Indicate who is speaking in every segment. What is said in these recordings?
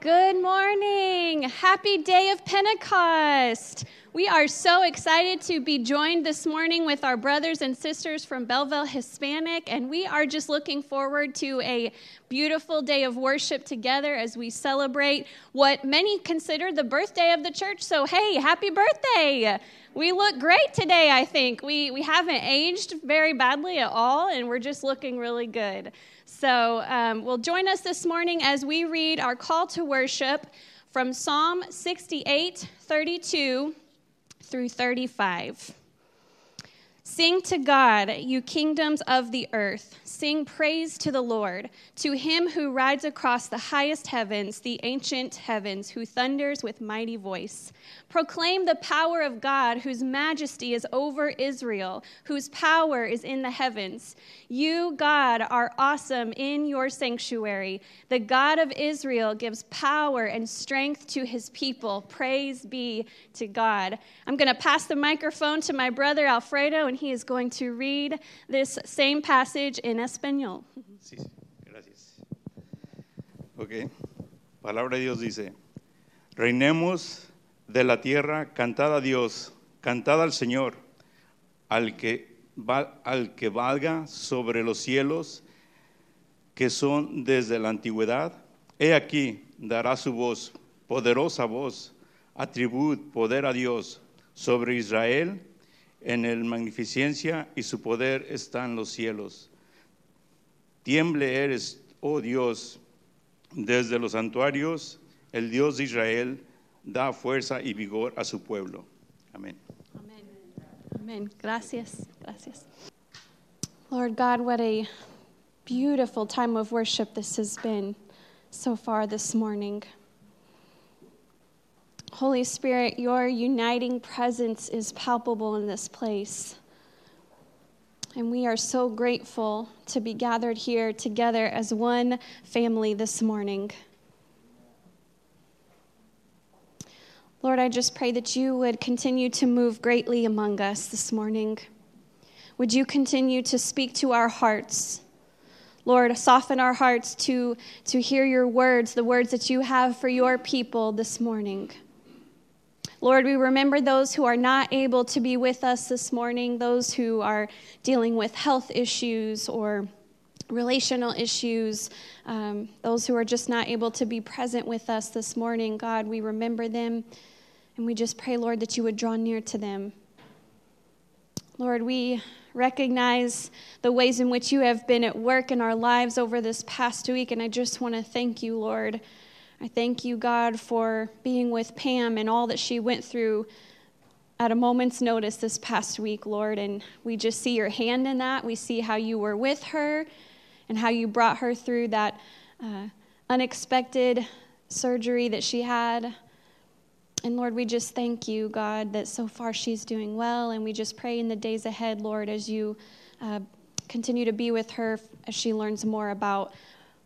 Speaker 1: Good morning. Happy day of Pentecost. We are so excited to be joined this morning with our brothers and sisters from Belleville Hispanic, and we are just looking forward to a beautiful day of worship together as we celebrate what many consider the birthday of the church. So, hey, happy birthday! We look great today, I think. We, we haven't aged very badly at all, and we're just looking really good. So, um, will join us this morning as we read our call to worship from Psalm 68 32 through 35. Sing to God, you kingdoms of the earth. Sing praise to the Lord, to him who rides across the highest heavens, the ancient heavens, who thunders with mighty voice. Proclaim the power of God, whose majesty is over Israel, whose power is in the heavens. You, God, are awesome in your sanctuary. The God of Israel gives power and strength to his people. Praise be to God. I'm going to pass the microphone to my brother Alfredo, and he is going to read this same passage in Espanol.
Speaker 2: Sí, gracias. Ok. Palabra de Dios dice: Reinemos de la tierra, cantad a Dios, cantad al Señor, al que, va- al que valga sobre los cielos, que son desde la antigüedad. He aquí, dará su voz, poderosa voz, atribut, poder a Dios sobre Israel. En el magnificencia y su poder están los cielos. Tiemble eres, oh Dios, desde los santuarios, el Dios de Israel da fuerza y vigor a su pueblo. Amén.
Speaker 1: Amen. Amen. Gracias. Gracias. Lord God, what a beautiful time of worship this has been so far this morning. Holy Spirit, your uniting presence is palpable in this place. And we are so grateful to be gathered here together as one family this morning. Lord, I just pray that you would continue to move greatly among us this morning. Would you continue to speak to our hearts? Lord, soften our hearts to, to hear your words, the words that you have for your people this morning. Lord, we remember those who are not able to be with us this morning, those who are dealing with health issues or relational issues, um, those who are just not able to be present with us this morning. God, we remember them and we just pray, Lord, that you would draw near to them. Lord, we recognize the ways in which you have been at work in our lives over this past week, and I just want to thank you, Lord. I thank you, God, for being with Pam and all that she went through at a moment's notice this past week, Lord, and we just see your hand in that. We see how you were with her and how you brought her through that uh, unexpected surgery that she had. And Lord, we just thank you, God, that so far she's doing well. And we just pray in the days ahead, Lord, as you uh, continue to be with her, as she learns more about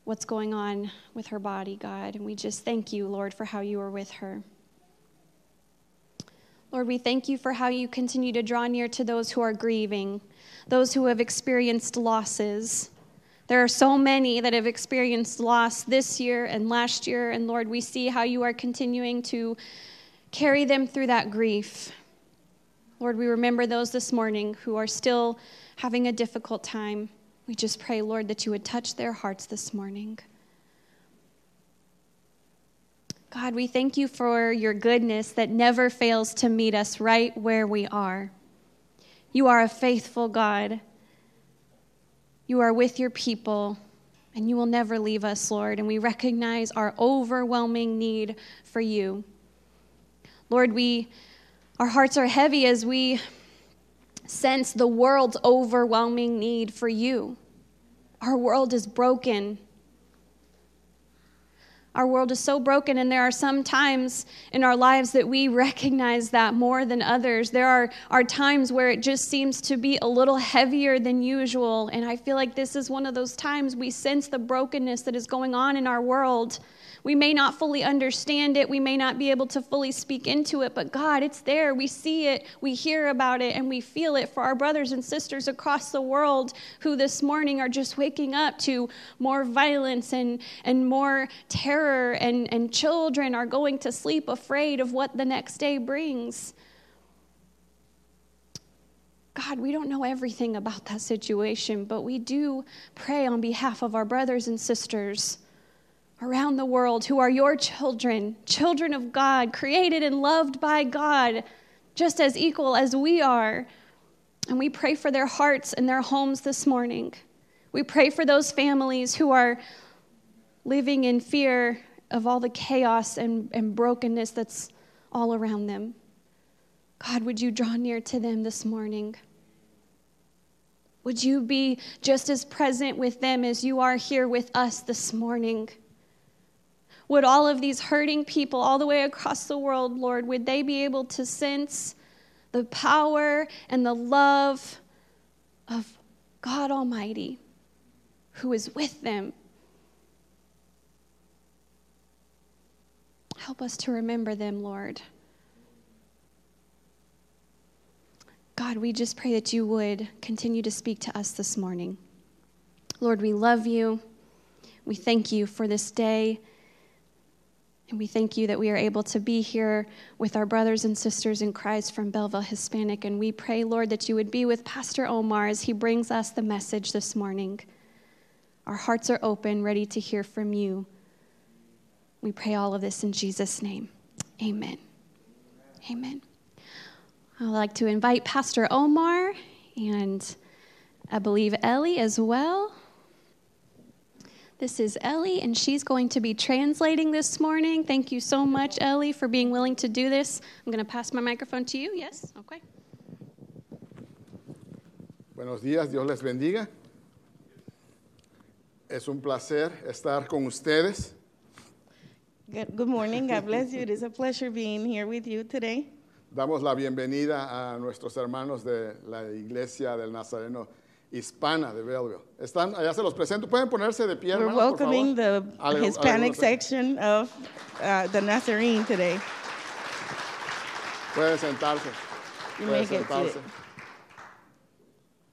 Speaker 1: what's going on with her body, God. And we just thank you, Lord, for how you are with her. Lord, we thank you for how you continue to draw near to those who are grieving, those who have experienced losses. There are so many that have experienced loss this year and last year, and Lord, we see how you are continuing to carry them through that grief. Lord, we remember those this morning who are still having a difficult time. We just pray, Lord, that you would touch their hearts this morning. God, we thank you for your goodness that never fails to meet us right where we are. You are a faithful God. You are with your people, and you will never leave us, Lord. And we recognize our overwhelming need for you. Lord, we our hearts are heavy as we sense the world's overwhelming need for you. Our world is broken. Our world is so broken, and there are some times in our lives that we recognize that more than others. There are, are times where it just seems to be a little heavier than usual, and I feel like this is one of those times we sense the brokenness that is going on in our world. We may not fully understand it. We may not be able to fully speak into it, but God, it's there. We see it, we hear about it, and we feel it for our brothers and sisters across the world who this morning are just waking up to more violence and, and more terror, and, and children are going to sleep afraid of what the next day brings. God, we don't know everything about that situation, but we do pray on behalf of our brothers and sisters around the world who are your children, children of God, created and loved by God, just as equal as we are. And we pray for their hearts and their homes this morning. We pray for those families who are living in fear of all the chaos and, and brokenness that's all around them. God, would you draw near to them this morning? Would you be just as present with them as you are here with us this morning? Would all of these hurting people all the way across the world, Lord, would they be able to sense the power and the love of God Almighty who is with them? Help us to remember them, Lord. God, we just pray that you would continue to speak to us this morning. Lord, we love you. We thank you for this day. And we thank you that we are able to be here with our brothers and sisters in Christ from Belleville Hispanic. And we pray, Lord, that you would be with Pastor Omar as he brings us the message this morning. Our hearts are open, ready to hear from you. We pray all of this in Jesus' name. Amen. Amen. I'd like to invite Pastor Omar and I believe Ellie as well. This is Ellie, and she's going to be translating this morning. Thank you so much, Ellie, for being willing to do this. I'm going to pass my microphone to you. Yes? Okay.
Speaker 3: Buenos días, Dios les bendiga. Es un placer estar con ustedes.
Speaker 4: Good, good morning. God bless you. It is a pleasure being here with you today.
Speaker 3: Damos la bienvenida a nuestros hermanos de la Iglesia del Nazareno Hispana de Belleville. Están, allá se los presento. Pueden ponerse de pie,
Speaker 4: We're
Speaker 3: hermanos, por favor.
Speaker 4: welcoming the
Speaker 3: Ale-
Speaker 4: Hispanic
Speaker 3: algunos-
Speaker 4: section of uh, the Nazarene today.
Speaker 3: Pueden sentarse.
Speaker 4: You
Speaker 3: pueden
Speaker 4: may get
Speaker 3: sentarse.
Speaker 4: seated.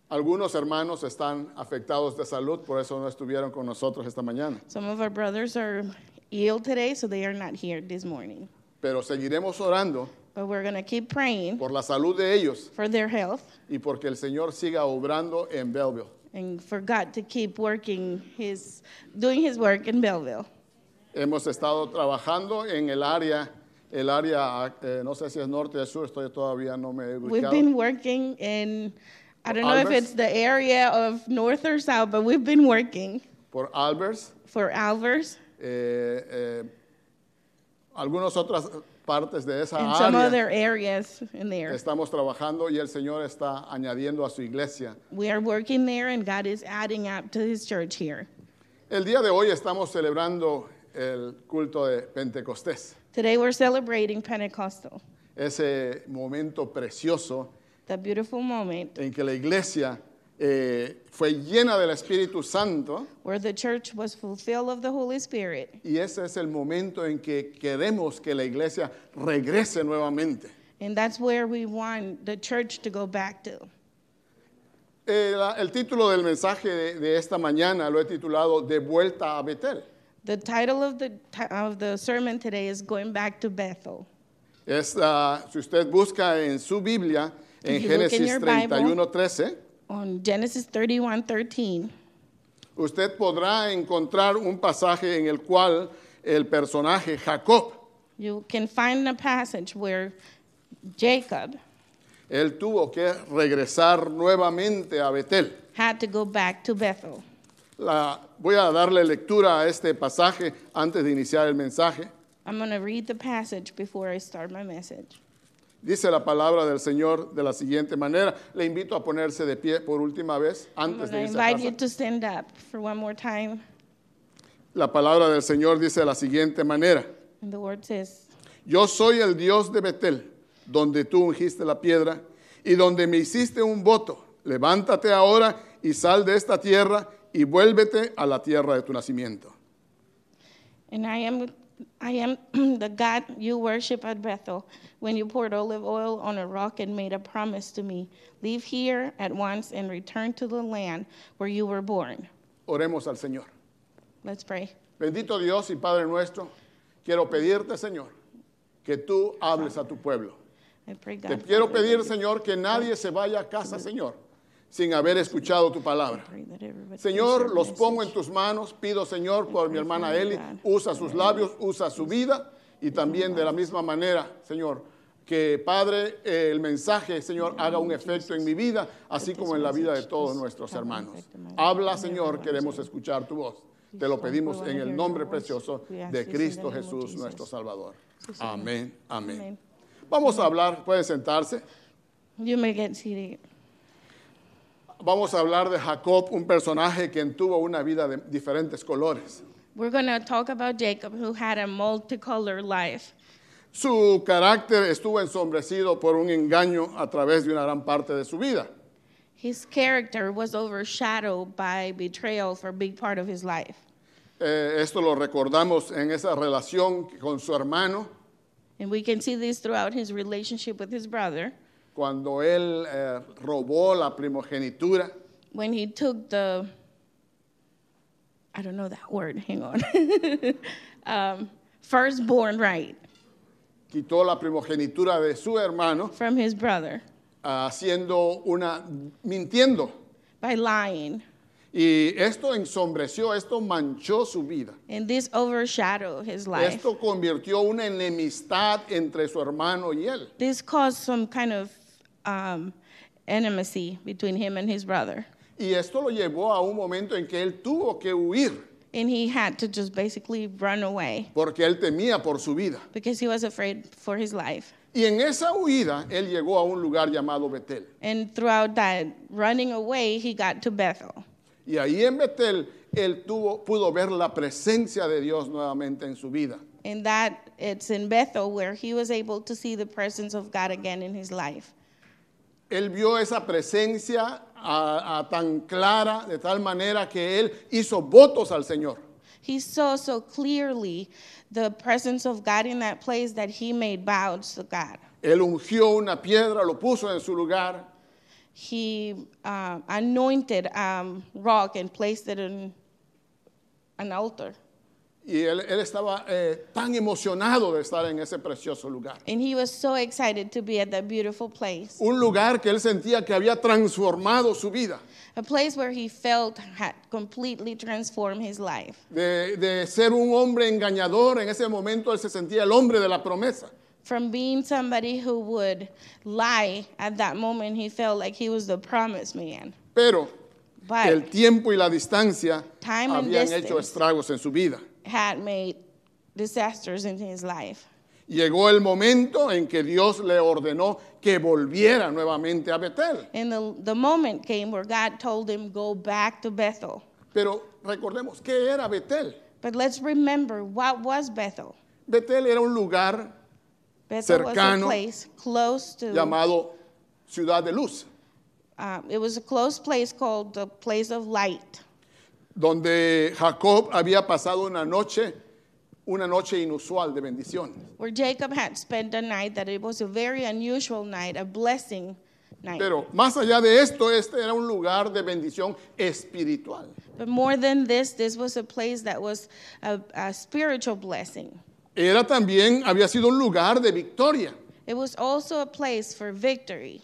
Speaker 3: Algunos hermanos están afectados de salud, por eso no estuvieron con nosotros esta mañana.
Speaker 4: Some of our brothers are ill today, so they are not here this morning.
Speaker 3: Pero seguiremos orando
Speaker 4: But we're going to keep praying
Speaker 3: por la salud de ellos
Speaker 4: for their health
Speaker 3: y porque el Señor siga obrando en Belleville.
Speaker 4: and for God to keep working his, doing his work in Belleville.
Speaker 3: Hemos estado trabajando en el área, el área, eh, no sé si es norte o sur, estoy todavía no me he
Speaker 4: We've
Speaker 3: ubicado.
Speaker 4: been working in, I don't know if
Speaker 3: Albers?
Speaker 4: it's the area of north or south, but we've been working
Speaker 3: Por Albers,
Speaker 4: for Alvers
Speaker 3: eh, eh, algunas otras partes de esa
Speaker 4: and some
Speaker 3: área
Speaker 4: other areas in there.
Speaker 3: estamos trabajando y el Señor está añadiendo a su iglesia.
Speaker 4: We are working there, and God is adding up to His church here.
Speaker 3: El día de hoy estamos celebrando el culto de Pentecostés,
Speaker 4: Today, we're celebrating Pentecostal,
Speaker 3: ese momento precioso
Speaker 4: the beautiful moment
Speaker 3: en que la iglesia eh, fue llena del Espíritu Santo.
Speaker 4: where the church was fulfilled of the Holy Spirit.
Speaker 3: Y ese es el momento en que queremos que la iglesia regrese nuevamente.
Speaker 4: And that's where we want the church to go back to.
Speaker 3: El, Eh, el título del mensaje de, de esta mañana lo he titulado De vuelta a Betel.
Speaker 4: The title of the, ti- of the sermon today is Going Back to Bethel.
Speaker 3: Es, ah, si usted busca en su Biblia, en
Speaker 4: If you look in
Speaker 3: Génesis
Speaker 4: your Bible.
Speaker 3: 31, 13,
Speaker 4: On Genesis 31 13,
Speaker 3: usted podrá encontrar un pasaje en el cual el personaje Jacob,
Speaker 4: you can find a passage where Jacob
Speaker 3: él tuvo que regresar nuevamente a Betel.
Speaker 4: had to go back to Bethel.
Speaker 3: La- voy a darle lectura a este pasaje antes de iniciar el mensaje.
Speaker 4: I'm going to read the passage before I start my message.
Speaker 3: Dice la palabra del Señor de la siguiente manera. Le invito a ponerse de pie por última vez
Speaker 4: I'm going
Speaker 3: antes
Speaker 4: to
Speaker 3: de irse a
Speaker 4: invite you
Speaker 3: casa.
Speaker 4: to stand up for one more time.
Speaker 3: La palabra del Señor dice de la siguiente manera.
Speaker 4: And the word says,
Speaker 3: Yo soy el Dios de Betel, donde tú ungiste la piedra y donde me hiciste un voto. Levántate ahora y sal de esta tierra y vuélvete a la tierra de tu nacimiento.
Speaker 4: And I am I am the God you worship at Bethel, when you poured olive oil on a rock and made a promise to me Leave here at once and return to the land where you were born.
Speaker 3: Oremos al Señor.
Speaker 4: Let's pray.
Speaker 3: Bendito Dios y Padre nuestro, quiero pedirte, Señor, que tú hables a tu pueblo.
Speaker 4: I pray, God.
Speaker 3: Te quiero
Speaker 4: Father,
Speaker 3: pedir, Señor, que nadie se vaya a casa, Señor, sin haber escuchado tu palabra.
Speaker 4: pray that everybody hears
Speaker 3: Señor,
Speaker 4: your
Speaker 3: los pongo en
Speaker 4: message.
Speaker 3: tus manos. Pido, Señor, por mi hermana Eli, usa sus labios, usa su vida y también de la misma manera, Señor, que Padre, eh, el mensaje, Señor, haga un efecto en mi vida, así como en la vida de todos nuestros hermanos. Habla, Señor, queremos escuchar tu voz. Te lo pedimos en el nombre precioso de Cristo Jesús, nuestro Salvador. Amén, amén. Vamos a hablar, puede sentarse.
Speaker 4: You may get seated.
Speaker 3: Vamos a hablar de Jacob, un personaje quien tuvo una vida de diferentes colores.
Speaker 4: We're going to talk about Jacob, who had a multicolored life.
Speaker 3: Su carácter estuvo ensombrecido por un engaño a través de una gran parte de su vida.
Speaker 4: His character was overshadowed by betrayal for a big part of his life.
Speaker 3: Eh, esto lo recordamos en esa relación con su hermano,
Speaker 4: And we can see this throughout his relationship with his brother
Speaker 3: cuando él eh, robó la primogenitura.
Speaker 4: when he took the, I don't know that word, hang on, um, firstborn right
Speaker 3: Quitó la primogenitura de su hermano,
Speaker 4: from his brother
Speaker 3: haciendo una, mintiendo.
Speaker 4: by lying.
Speaker 3: Y esto ensombreció, esto manchó su vida.
Speaker 4: And this overshadowed his life.
Speaker 3: Esto convirtió una enemistad entre su hermano y él.
Speaker 4: This caused some kind of um, enmity between him and his brother.
Speaker 3: Y esto lo llevó a un momento en que él tuvo que huir.
Speaker 4: And he had to just basically run away
Speaker 3: porque él temía por su vida.
Speaker 4: because he was afraid for his life.
Speaker 3: Y en esa huida, él llegó a un lugar llamado Betel.
Speaker 4: And throughout that running away, he got to Bethel.
Speaker 3: Y ahí en Betel, él tuvo, pudo ver la presencia de Dios nuevamente en su vida.
Speaker 4: And that it's in Bethel where he was able to see the presence of God again in his life.
Speaker 3: Él vio esa presencia a- a tan clara, de tal manera que él hizo votos al Señor.
Speaker 4: He saw so clearly the presence of God in that place that he made vows to God.
Speaker 3: Él ungió una piedra, lo puso en su lugar.
Speaker 4: He uh, anointed um, rock and placed it in an altar.
Speaker 3: Y él, él estaba eh, tan emocionado de estar en ese precioso lugar.
Speaker 4: And he was so excited to be at that beautiful place,
Speaker 3: Un lugar que él sentía que había transformado su vida.
Speaker 4: a place where he felt had completely transformed his life.
Speaker 3: de, de ser un hombre engañador, en ese momento él se sentía el hombre de la promesa.
Speaker 4: From being somebody who would lie at that moment, he felt like he was the promised man.
Speaker 3: Pero
Speaker 4: But
Speaker 3: el tiempo y la distancia
Speaker 4: Time and
Speaker 3: habían
Speaker 4: distance.
Speaker 3: hecho estragos en su vida.
Speaker 4: had made disasters in his life.
Speaker 3: Llegó el momento en que Dios le ordenó que volviera nuevamente a Betel.
Speaker 4: And the, the moment came where God told him, Go back to Bethel.
Speaker 3: Pero recordemos, ¿qué era Betel?
Speaker 4: But let's remember what was Bethel?
Speaker 3: Betel era un lugar
Speaker 4: Bethel was
Speaker 3: Cercano.
Speaker 4: a place close to,
Speaker 3: llamado Ciudad de Luz,
Speaker 4: uh, it was a close place called the place of light.
Speaker 3: donde Jacob había pasado una noche, una noche inusual de bendiciones.
Speaker 4: where Jacob had spent a night that it was a very unusual night, a blessing night.
Speaker 3: Pero más allá de esto, este era un lugar de bendición espiritual.
Speaker 4: but more than this, this was a place that was a, a spiritual blessing.
Speaker 3: Era también, había sido un lugar de victoria,
Speaker 4: It was also a place for victory,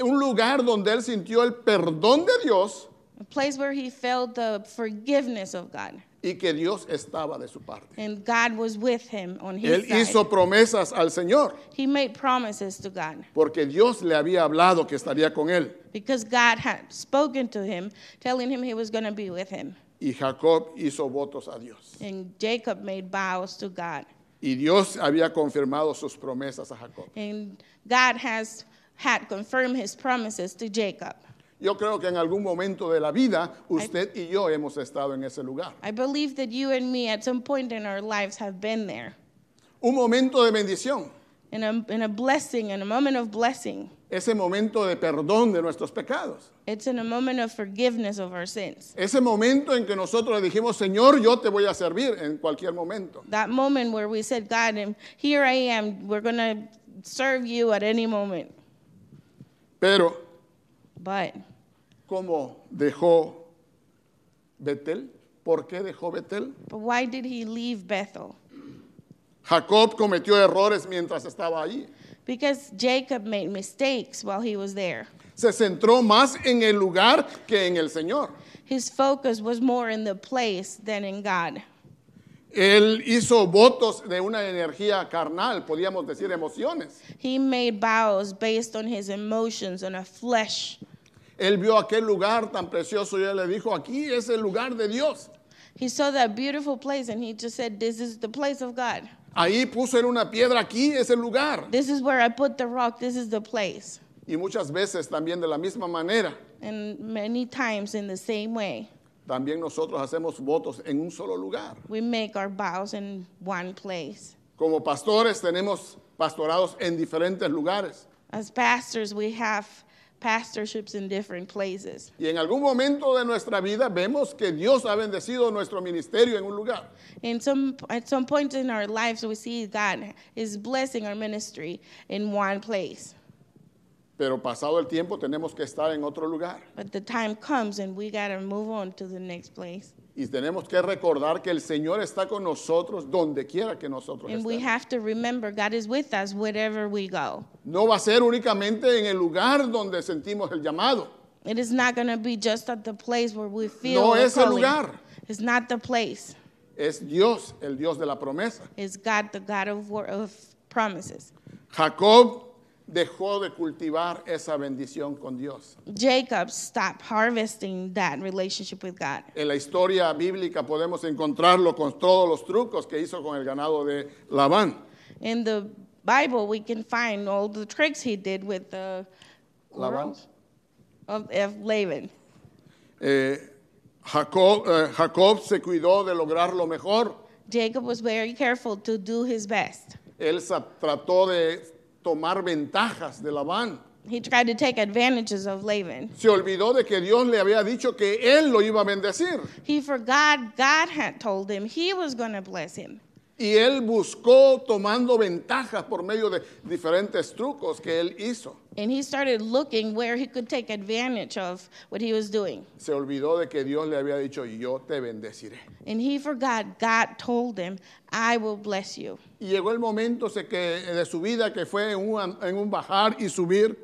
Speaker 3: un lugar donde él sintió el perdón de Dios
Speaker 4: a place where he felt the forgiveness of God,
Speaker 3: y que Dios estaba de su parte.
Speaker 4: and God was with him on his
Speaker 3: Él
Speaker 4: side.
Speaker 3: hizo promesas al Señor
Speaker 4: he made promises to God
Speaker 3: porque Dios le había hablado que estaría con él.
Speaker 4: because God had spoken to him, telling him he was going to be with him.
Speaker 3: Y Jacob hizo votos a Dios.
Speaker 4: And Jacob made vows to God.
Speaker 3: Y Dios había confirmado sus promesas a Jacob.
Speaker 4: And God has had confirmed his promises to Jacob.
Speaker 3: Yo creo que en algún momento de la vida usted y yo hemos estado en ese lugar.
Speaker 4: I believe that you and me at some point in our lives have been there.
Speaker 3: Un momento de bendición.
Speaker 4: in a, in a blessing, in a moment of blessing.
Speaker 3: ese momento de perdón de nuestros pecados,
Speaker 4: It's in a moment of forgiveness of our sins.
Speaker 3: ese momento en que nosotros le dijimos, Señor, yo te voy a servir en cualquier momento.
Speaker 4: That moment where we said, God, I'm- here I am. We're going to serve you at any moment.
Speaker 3: Pero,
Speaker 4: But
Speaker 3: ¿cómo dejó Betel? ¿Por qué dejó Betel?
Speaker 4: But why did he leave Bethel?
Speaker 3: Jacob cometió errores mientras estaba allí.
Speaker 4: Because Jacob made mistakes while he was there.
Speaker 3: Se centró más en el lugar que en el Señor.
Speaker 4: His focus was more in the place than in God.
Speaker 3: Él hizo votos de una energía carnal, podríamos decir emociones.
Speaker 4: He made vows based on his emotions, on a flesh.
Speaker 3: Él vio aquel lugar tan precioso y él le dijo, aquí es el lugar de Dios.
Speaker 4: He saw that beautiful place and he just said, This is the place of God.
Speaker 3: Ahí puso en una piedra, aquí es el lugar.
Speaker 4: This is where I put the rock. This is the place.
Speaker 3: Y muchas veces también de la misma manera,
Speaker 4: And many times in the same way,
Speaker 3: también nosotros hacemos votos en un solo lugar.
Speaker 4: we make our vows in one place.
Speaker 3: Como pastores tenemos pastorados en diferentes lugares.
Speaker 4: As pastors, we have pastorships in different places.
Speaker 3: Y en algún momento de nuestra vida vemos que Dios ha bendecido nuestro ministerio en un lugar.
Speaker 4: In some, at some point in our lives, we see God is blessing our ministry in one place.
Speaker 3: Pero pasado el tiempo tenemos que estar en otro lugar.
Speaker 4: But the time comes and we got to move on to the next place.
Speaker 3: Y tenemos que recordar que el Señor está con nosotros donde quiera que nosotros
Speaker 4: And we
Speaker 3: estemos.
Speaker 4: have to remember God is with us wherever we go.
Speaker 3: No va a ser únicamente en el lugar donde sentimos el llamado.
Speaker 4: It is not going to be just at the place where we feel
Speaker 3: No
Speaker 4: the
Speaker 3: es el
Speaker 4: calling.
Speaker 3: lugar.
Speaker 4: It's not the place.
Speaker 3: Es Dios, el Dios de la promesa.
Speaker 4: It's God, the God of, wor- of promises.
Speaker 3: Jacob dejó de cultivar esa bendición con Dios.
Speaker 4: Jacob stopped harvesting that relationship with God.
Speaker 3: En la historia bíblica podemos encontrarlo con todos los trucos que hizo con el ganado de Labán.
Speaker 4: In the Bible, we can find all the tricks he did with the
Speaker 3: Labán.
Speaker 4: of, of Laban.
Speaker 3: Eh, Jacob, eh, Jacob se cuidó de lograr lo mejor.
Speaker 4: Jacob was very careful to do his best.
Speaker 3: Él sa- trató de tomar ventajas de Labán.
Speaker 4: He tried to take advantages of Laban.
Speaker 3: Se olvidó de que Dios le había dicho que él lo iba a bendecir.
Speaker 4: He forgot God had told him he was going to bless him.
Speaker 3: Y él buscó tomando ventajas por medio de diferentes trucos que él hizo.
Speaker 4: And he started looking where he could take advantage of what he was doing.
Speaker 3: Se olvidó de que Dios le había dicho, yo te bendeciré.
Speaker 4: And he forgot God told him, I will bless you.
Speaker 3: Y llegó el momento se- que, de su vida que fue en un, en un bajar y subir,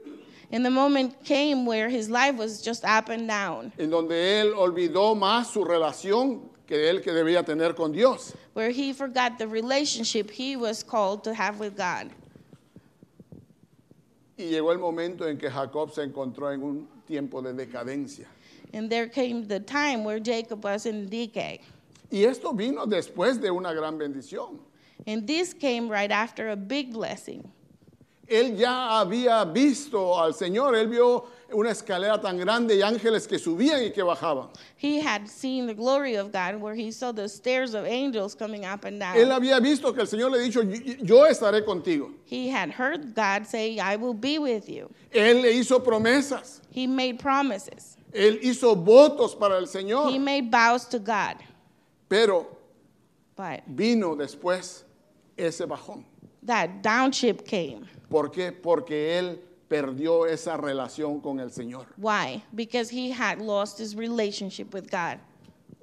Speaker 4: And the moment came where his life was just up and down,
Speaker 3: en donde él olvidó más su relación que él que debía tener con Dios.
Speaker 4: where he forgot the relationship he was called to have with God.
Speaker 3: Y llegó el momento en que Jacob se encontró en un tiempo de decadencia.
Speaker 4: And there came the time where Jacob was in decay.
Speaker 3: Y esto vino después de una gran bendición.
Speaker 4: And this came right after a big blessing.
Speaker 3: Él ya había visto al Señor, él vio una escalera tan grande y ángeles que subían y que bajaban.
Speaker 4: He had seen the glory of God where he saw the stairs of angels coming up and
Speaker 3: Él
Speaker 4: down.
Speaker 3: había visto que el Señor le dijo, "Yo- yo estaré contigo.
Speaker 4: He had heard God say, I will be with you.
Speaker 3: Él le hizo promesas,
Speaker 4: He made promises,
Speaker 3: él hizo votos para el
Speaker 4: he
Speaker 3: Señor,
Speaker 4: made vows to God.
Speaker 3: pero
Speaker 4: But
Speaker 3: vino después ese bajón.
Speaker 4: that downship came.
Speaker 3: ¿Por qué? Porque él perdió esa relación con el Señor.
Speaker 4: Why? Because he had lost his relationship with God.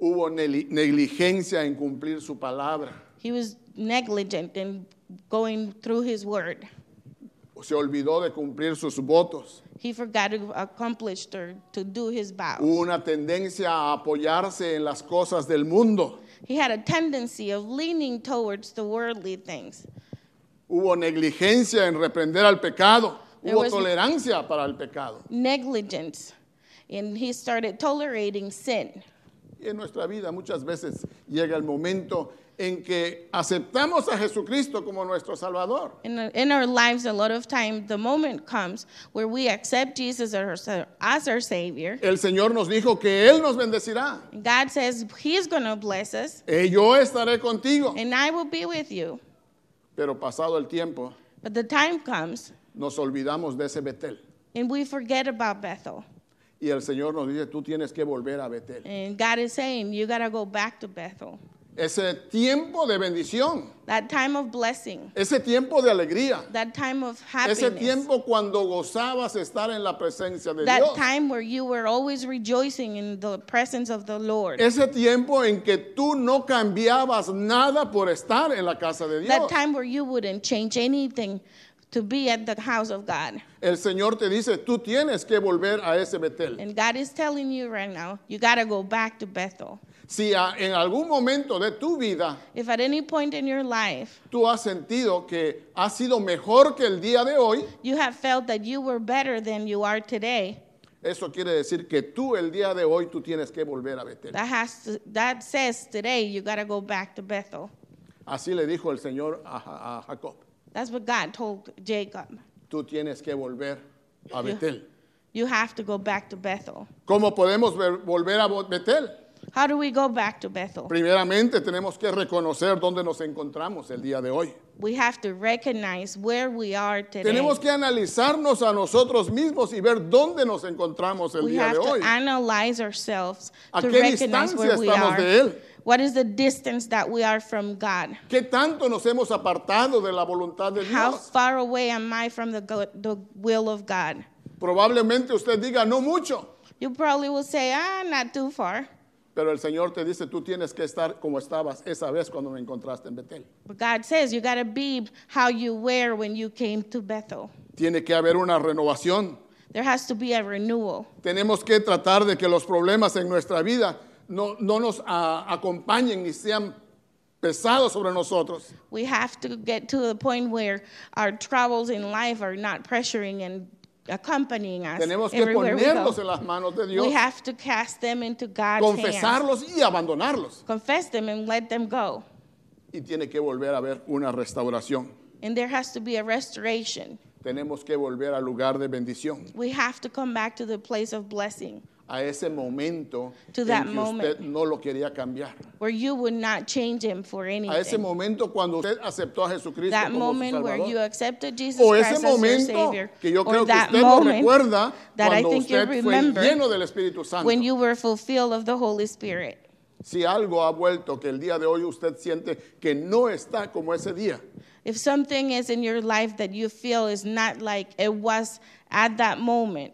Speaker 3: Hubo neli- negligencia en cumplir su palabra.
Speaker 4: He was negligent in going through his word.
Speaker 3: Se olvidó de cumplir sus votos.
Speaker 4: He forgot to accomplish or to do his
Speaker 3: Hubo
Speaker 4: vows.
Speaker 3: una tendencia a apoyarse en las cosas del mundo.
Speaker 4: He had a tendency of leaning towards the worldly things.
Speaker 3: Hubo negligencia en reprender al pecado.
Speaker 4: There
Speaker 3: Hubo
Speaker 4: was-
Speaker 3: tolerancia para el pecado.
Speaker 4: negligence and he started tolerating sin.
Speaker 3: Y en nuestra vida muchas veces llega el momento en que aceptamos a Jesucristo como nuestro Salvador.
Speaker 4: In, in our lives, a lot of time, the moment comes where we accept Jesus as our, as our Savior.
Speaker 3: El Señor nos dijo que Él nos bendecirá.
Speaker 4: God says He's going to bless us,
Speaker 3: Eh, yo estaré contigo.
Speaker 4: and I will be with you.
Speaker 3: Pero pasado el tiempo,
Speaker 4: But the time comes
Speaker 3: Nos olvidamos de ese Betel.
Speaker 4: and we forget about Bethel.
Speaker 3: Y el Señor nos dice, tú tienes que volver a Betel.
Speaker 4: And God is saying, you got to go back to Bethel.
Speaker 3: Ese tiempo de bendición,
Speaker 4: That time of blessing,
Speaker 3: ese tiempo de alegría,
Speaker 4: that time of
Speaker 3: ese
Speaker 4: happiness,
Speaker 3: tiempo cuando gozabas estar en la presencia de
Speaker 4: that
Speaker 3: Dios.
Speaker 4: time where you were always rejoicing in the presence of the Lord,
Speaker 3: Ese tiempo en que tú no cambiabas nada por estar en la casa de Dios.
Speaker 4: that time where you wouldn't change anything to be at the house of God.
Speaker 3: El Señor te dice, tú tienes que volver a ese Betel.
Speaker 4: And God is telling you right now, you got to go back to Bethel.
Speaker 3: Si a- en algún momento de tu vida
Speaker 4: If at any point in your life
Speaker 3: tú has sentido que has sido mejor que el día de hoy,
Speaker 4: you have felt that you were better than you are today,
Speaker 3: eso quiere decir que tú el día de hoy tú tienes que volver a Betel.
Speaker 4: that has to, that says today you got to go back to Bethel.
Speaker 3: Así le dijo el Señor a, Ja- a Jacob,
Speaker 4: That's what God told Jacob.
Speaker 3: tú tienes que volver a Betel.
Speaker 4: You have to go back to Bethel.
Speaker 3: ¿Cómo podemos ver- volver a Bo- Betel?
Speaker 4: How do we go back to Bethel?
Speaker 3: Primeramente tenemos que reconocer dónde nos encontramos el día de hoy.
Speaker 4: We have to recognize where we are today.
Speaker 3: Tenemos que analizarnos a nosotros mismos y ver dónde nos encontramos el
Speaker 4: We
Speaker 3: día
Speaker 4: have
Speaker 3: de
Speaker 4: to
Speaker 3: hoy.
Speaker 4: analyze ourselves
Speaker 3: ¿A
Speaker 4: to
Speaker 3: qué
Speaker 4: recognize where
Speaker 3: distancia
Speaker 4: we
Speaker 3: estamos
Speaker 4: are.
Speaker 3: de Él?
Speaker 4: What is the distance that we are from God?
Speaker 3: ¿Qué tanto nos hemos apartado de la voluntad de
Speaker 4: How
Speaker 3: Dios?
Speaker 4: far away am I from the, go- the will of God?
Speaker 3: Probablemente usted diga, no mucho,
Speaker 4: You probably will say, ah, not too far.
Speaker 3: pero el Señor te dice, tú tienes que estar como estabas esa vez cuando me encontraste en Betel.
Speaker 4: But God says you got to be how you were when you came to Bethel.
Speaker 3: Tiene que haber una renovación.
Speaker 4: There has to be a renewal.
Speaker 3: Tenemos que tratar de que los problemas en nuestra vida no, no nos ah, acompañen ni sean pesados sobre nosotros.
Speaker 4: We have to get to the point where our troubles in life are not pressuring and accompanying us
Speaker 3: Tenemos que
Speaker 4: everywhere we
Speaker 3: ponerlos en
Speaker 4: go.
Speaker 3: las manos de Dios,
Speaker 4: We have to cast them into God's hands.
Speaker 3: confesarlos y abandonarlos.
Speaker 4: Confess them and let them go.
Speaker 3: Y tiene que volver a haber una restauración.
Speaker 4: And there has to be a restoration.
Speaker 3: Tenemos que volver al lugar de bendición,
Speaker 4: We have to come back to the place of blessing
Speaker 3: a ese momento
Speaker 4: To
Speaker 3: en
Speaker 4: that
Speaker 3: que
Speaker 4: moment.
Speaker 3: usted no lo quería cambiar.
Speaker 4: where you would not change him for
Speaker 3: A ese
Speaker 4: anything.
Speaker 3: momento cuando usted aceptó a Jesucristo
Speaker 4: That
Speaker 3: como su
Speaker 4: moment where
Speaker 3: Salvador.
Speaker 4: you accepted Jesus
Speaker 3: o
Speaker 4: Christ
Speaker 3: ese
Speaker 4: as your
Speaker 3: momento
Speaker 4: Savior.
Speaker 3: que yo
Speaker 4: or
Speaker 3: creo que
Speaker 4: that
Speaker 3: usted lo
Speaker 4: moment
Speaker 3: recuerda
Speaker 4: that I
Speaker 3: cuando
Speaker 4: think you
Speaker 3: usted fue
Speaker 4: remember
Speaker 3: lleno del Espíritu Santo.
Speaker 4: when you were fulfilled of the Holy Spirit.
Speaker 3: Si algo ha vuelto que el día de hoy usted siente que no está como ese día,
Speaker 4: If something is in your life that you feel is not like it was at that moment,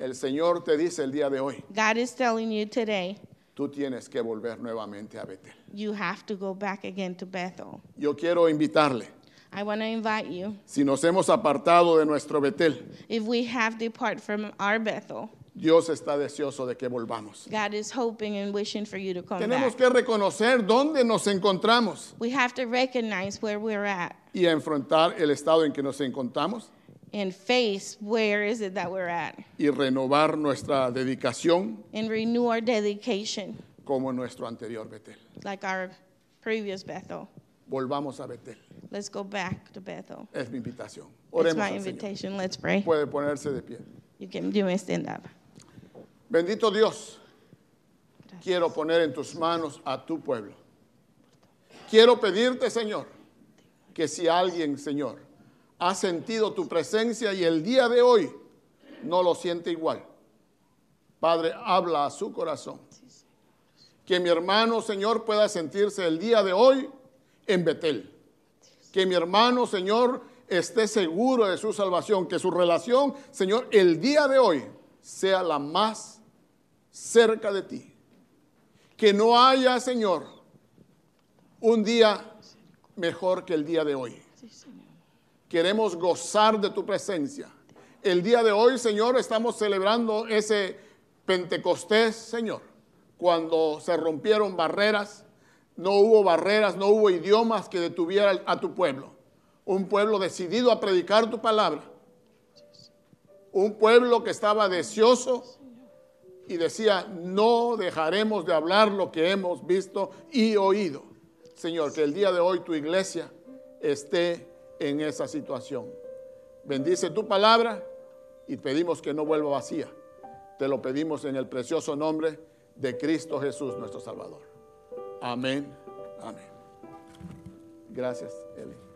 Speaker 3: el Señor te dice el día de hoy,
Speaker 4: God is telling you today,
Speaker 3: tú tienes que volver nuevamente a Betel.
Speaker 4: you have to go back again to Bethel.
Speaker 3: Yo quiero invitarle,
Speaker 4: I want to invite you,
Speaker 3: si nos hemos apartado de nuestro Betel,
Speaker 4: if we have departed from our Bethel,
Speaker 3: Dios está deseoso de que volvamos.
Speaker 4: God is hoping and wishing for you to come
Speaker 3: Tenemos
Speaker 4: back.
Speaker 3: que reconocer dónde nos encontramos
Speaker 4: We have to recognize where we're at
Speaker 3: y enfrentar el estado en que nos encontramos
Speaker 4: and face where is it that we're at
Speaker 3: y renovar nuestra dedicación
Speaker 4: and renew our dedication
Speaker 3: como nuestro anterior Betel.
Speaker 4: like our previous Bethel.
Speaker 3: Volvamos a Betel.
Speaker 4: Let's go back to Bethel.
Speaker 3: Es mi invitación.
Speaker 4: It's
Speaker 3: Oremos
Speaker 4: my
Speaker 3: al Señor.
Speaker 4: invitation. Let's pray.
Speaker 3: Puede ponerse de pie.
Speaker 4: You can you may stand up.
Speaker 3: Bendito Dios, quiero poner en tus manos a tu pueblo. Quiero pedirte, Señor, que si alguien, Señor, ha sentido tu presencia y el día de hoy no lo siente igual, Padre, habla a su corazón. Que mi hermano, Señor, pueda sentirse el día de hoy en Betel. Que mi hermano, Señor, esté seguro de su salvación. Que su relación, Señor, el día de hoy sea la más cerca de ti. Que no haya, Señor, un día mejor que el día de hoy. Queremos gozar de tu presencia. El día de hoy, Señor, estamos celebrando ese Pentecostés, Señor, cuando se rompieron barreras, no hubo barreras, no hubo idiomas que detuvieran a tu pueblo. Un pueblo decidido a predicar tu palabra. Un pueblo que estaba deseoso y decía, no dejaremos de hablar lo que hemos visto y oído. Señor, que el día de hoy tu iglesia esté en esa situación. Bendice tu palabra y pedimos que no vuelva vacía. Te lo pedimos en el precioso nombre de Cristo Jesús, nuestro Salvador. Amén. Amén. Gracias, Eli.